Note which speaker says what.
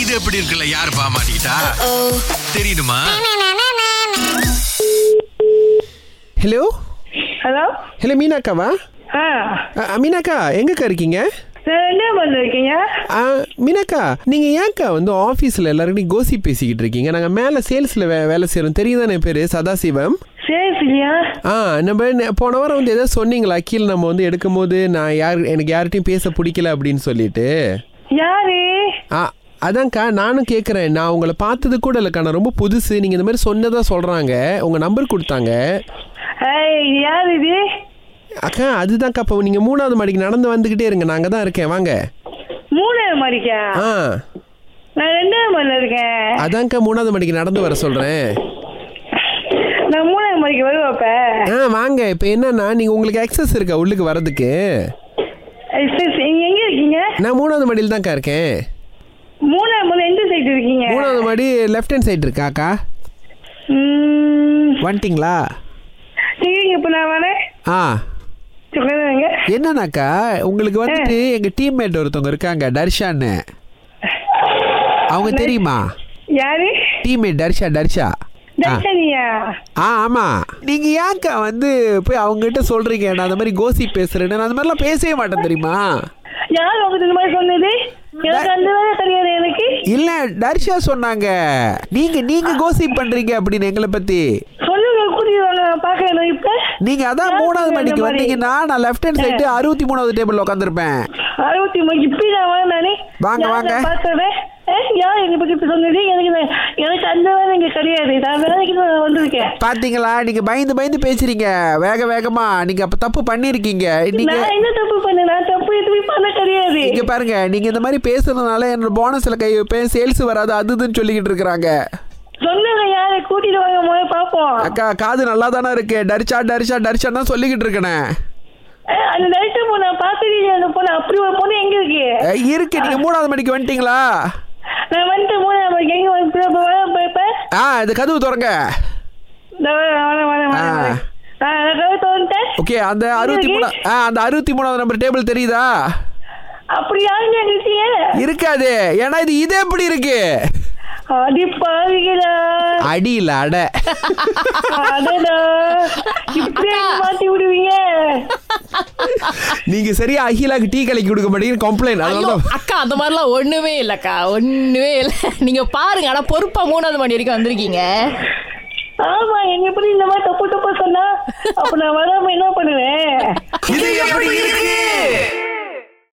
Speaker 1: இது எப்படி இருக்குல்ல யாரு பாமாட்டா தெரியுமா
Speaker 2: ஹலோ
Speaker 3: ஹலோ
Speaker 2: ஹலோ மீனாக்காவா
Speaker 3: ஆ
Speaker 2: அ, அ, மீனாக்கா எங்கக்கா இருக்கீங்க
Speaker 3: சார் என்ன பண்ணிருக்கீங்க
Speaker 2: ஆ, மீனாக்கா நீங்க ஏன்க்கா வந்து ஆஃபீஸில் எல்லாருக்கிட்டையும் கோசி பேசிக்கிட்டு இருக்கீங்க நாங்க மேல சேல்ஸ்ல வே வேலை செய்றோம் தெரியுதானே பேரு சதாசிவம்
Speaker 3: சரி சரியா
Speaker 2: ஆ நம்ம நே- போன வாரம் வந்து ஏதோ சொன்னீங்களா கீழே நம்ம வந்து எடுக்கும்போது நான் யார் எனக்கு யார்கிட்டயும் பேச பிடிக்கல அப்படின்னு சொல்லிட்டு
Speaker 3: யாரு
Speaker 2: ஆ அதான்க்கா நானும் கேட்குறேன் நான் உங்களை பார்த்தது கூட இல்லைக்கா நான் ரொம்ப புதுசு நீங்கள் இந்த மாதிரி சொன்னதா சொல்கிறாங்க உங்கள் நம்பர் கொடுத்தாங்க
Speaker 3: ஏய், இது யாரு இது
Speaker 2: அக்கா அதுதான்க்கா இப்போ நீங்கள் மூணாவது மாடிக்கு நடந்து வந்துக்கிட்டே இருங்க நாங்கள் தான் இருக்கேன் வாங்க
Speaker 3: மூணாவது மாடிக்கா
Speaker 2: ஆ
Speaker 3: நான் ரெண்டாவது மாடியில் இருக்கேன்
Speaker 2: அதான்க்கா மூணாவது மாடிக்கு நடந்து வர சொல்கிறேன்
Speaker 3: நான் மூணாவது மாடிக்கு வருவாப்ப
Speaker 2: ஆ வாங்க இப்போ என்னன்னா நீங்கள் உங்களுக்கு access இருக்கா உள்ளுக்கு வர்றதுக்கு
Speaker 3: சரி நீங்கள் எங்கே இருக்கீங்க
Speaker 2: நான் மூணாவது மாடியில் தான்க்கா இருக்கேன்
Speaker 3: மூணாவது மாடி எந்த சைடு இருக்கீங்க
Speaker 2: மூணாவது மாடி லெஃப்ட் ஹேண்ட் சைடு இருக்காக்கா
Speaker 3: ம்,
Speaker 2: வந்துட்டிங்களா
Speaker 3: சரிங்க இப்போ நான் வரேன்
Speaker 2: ஆ
Speaker 3: சொல்லுங்க
Speaker 2: என்னன்னாக்கா உங்களுக்கு வந்துட்டு எங்க டீம்மேட் ஒருத்தவங்க இருக்காங்க டர்ஷான்னு அவங்க தெரியுமா
Speaker 3: யாரு
Speaker 2: டீம்மேட் டர்ஷா டர்ஷா ஆ.
Speaker 3: தர்ஷனியா
Speaker 2: ஆ ஆமா நீங்க ஏன்க்கா வந்து போய் அவங்ககிட்ட சொல்றீங்க நான் அந்த மாதிரி கோசி பேசுறேன்னு நான் அந்த மாதிரிலாம் பேசவே மாட்டேன் தெரியுமா
Speaker 3: யார் உங்களுக்கு இந்த மாதிரி சொன்னது எனக்கு அந்த வேலை தெரியாது எனக்கு
Speaker 2: இல்ல டர்ஷா சொன்னாங்க நீங்க நீங்க கோசி பண்றீங்க அப்படின்னு எங்களை பத்தி
Speaker 3: சொல்லுங்க கூட்டிட்டு வாங்க நான் பார்க்கணும் இப்போ
Speaker 2: நீங்க அதான்
Speaker 3: யார்
Speaker 2: மூணாவது
Speaker 3: சொன்னா இந்த
Speaker 2: மணிக்கு
Speaker 3: மாதிரி?
Speaker 2: வந்தீங்கன்னா நான் லெஃப்ட் ஹேண்ட் சைடு அறுபத்தி மூணாவது டேபிள் உட்காந்துருப்பேன்
Speaker 3: அறுபத்தி மூணு இப்படி நான் வரேன் நானே
Speaker 2: வாங்க,
Speaker 3: யார்
Speaker 2: வாங்க.
Speaker 3: நான் பார்க்கறேன்? ஏ, யார் என்னை பத்தி இப்படி சொன்னது எனக்கு நான்- எனக்கு அந்த வேலை இங்க கிடையாது நான் வேலைக்கு தான் நான் வந்திருக்கேன்
Speaker 2: பாத்தீங்களா நீங்க பயந்து பயந்து பேசுறீங்க வேக வேகமா நீங்க அப்ப தப்பு பண்ணிருக்கீங்க நீங்க
Speaker 3: நான் என்ன தப்பு பண்ணேன் நான் தப்பு எதுவுமே பண்ண கிடையாது
Speaker 2: இங்க பாருங்க நீங்க இந்த மாதிரி பேசுறதுனால என்னோட போனஸ்ல கை வைப்பேன் சேல்ஸ் வராது அது இதுன்னு சொல்லிக்கிட்டு இருக்கிறாங்க
Speaker 3: சொன்னவங்க யாரை கூட்டிட்டு வாங்க முதல்ல பார்ப்போம்
Speaker 2: அக்கா காது நல்லா தானே இருக்கு டரிச்சா டரிச்சா டரிச்சா தான் சொல்லிக்கிட்டு இருக்கேனே
Speaker 3: ஏ, அந்த லைட்டு பொண்ணு நான் பார்த்துருக்கேன் அந்த பொண்ணு அப்படி ஒரு பொண்ணு எங்க இருக்கு
Speaker 2: அஹ் இருக்கு நீங்க மூணாவது மணிக்கு வந்துட்டீங்களா
Speaker 3: நான் வந்துட்டு மூணு நமக்கு எங்க வந்து இப்ப வரேன் இப்ப- இப்ப
Speaker 2: ஆ இது கதவு திறங்க
Speaker 3: நான் வரேன் வரேன் வரேன் வரேன், வரேன் ஆ, நான் கதவை திறந்துட்டேன்.
Speaker 2: ஓகே அந்த அறுபத்தி மூணு ஆ அந்த அறுபத்தி மூணாவது நம்பர் டேபிள் தெரியுதா
Speaker 3: அப்படி யாருங்க இருக்கீங்க
Speaker 2: இருக்காது ஏன்னா இது இது எப்படி இருக்கு
Speaker 3: அடி பாவிகளா
Speaker 2: அடியில் அடை
Speaker 3: அடடா இப்படி என்னை மாத்தி விடுவீங்க
Speaker 2: நீங்க சரியா அகிலாக்கு டீ கலைக்கு கொடுக்க மாட்டேங்குது கம்ப்ளைண்ட்
Speaker 4: ஐயோ
Speaker 2: அதனால
Speaker 4: அக்கா அந்த மாதிரிலாம் ஒண்ணுமே இல்லக்கா ஒண்ணுமே இல்ல நீங்க பாருங்க ஆனா பொறுப்பா மூணாவது மணி வரைக்கும் வந்திருக்கீங்க
Speaker 3: ஆமா என்ன எப்படி இந்த மாதிரி தப்பு தப்பு சொன்னா அப்ப நான் வராம என்ன பண்ணுவேன்
Speaker 2: இது எப்படி இருக்கு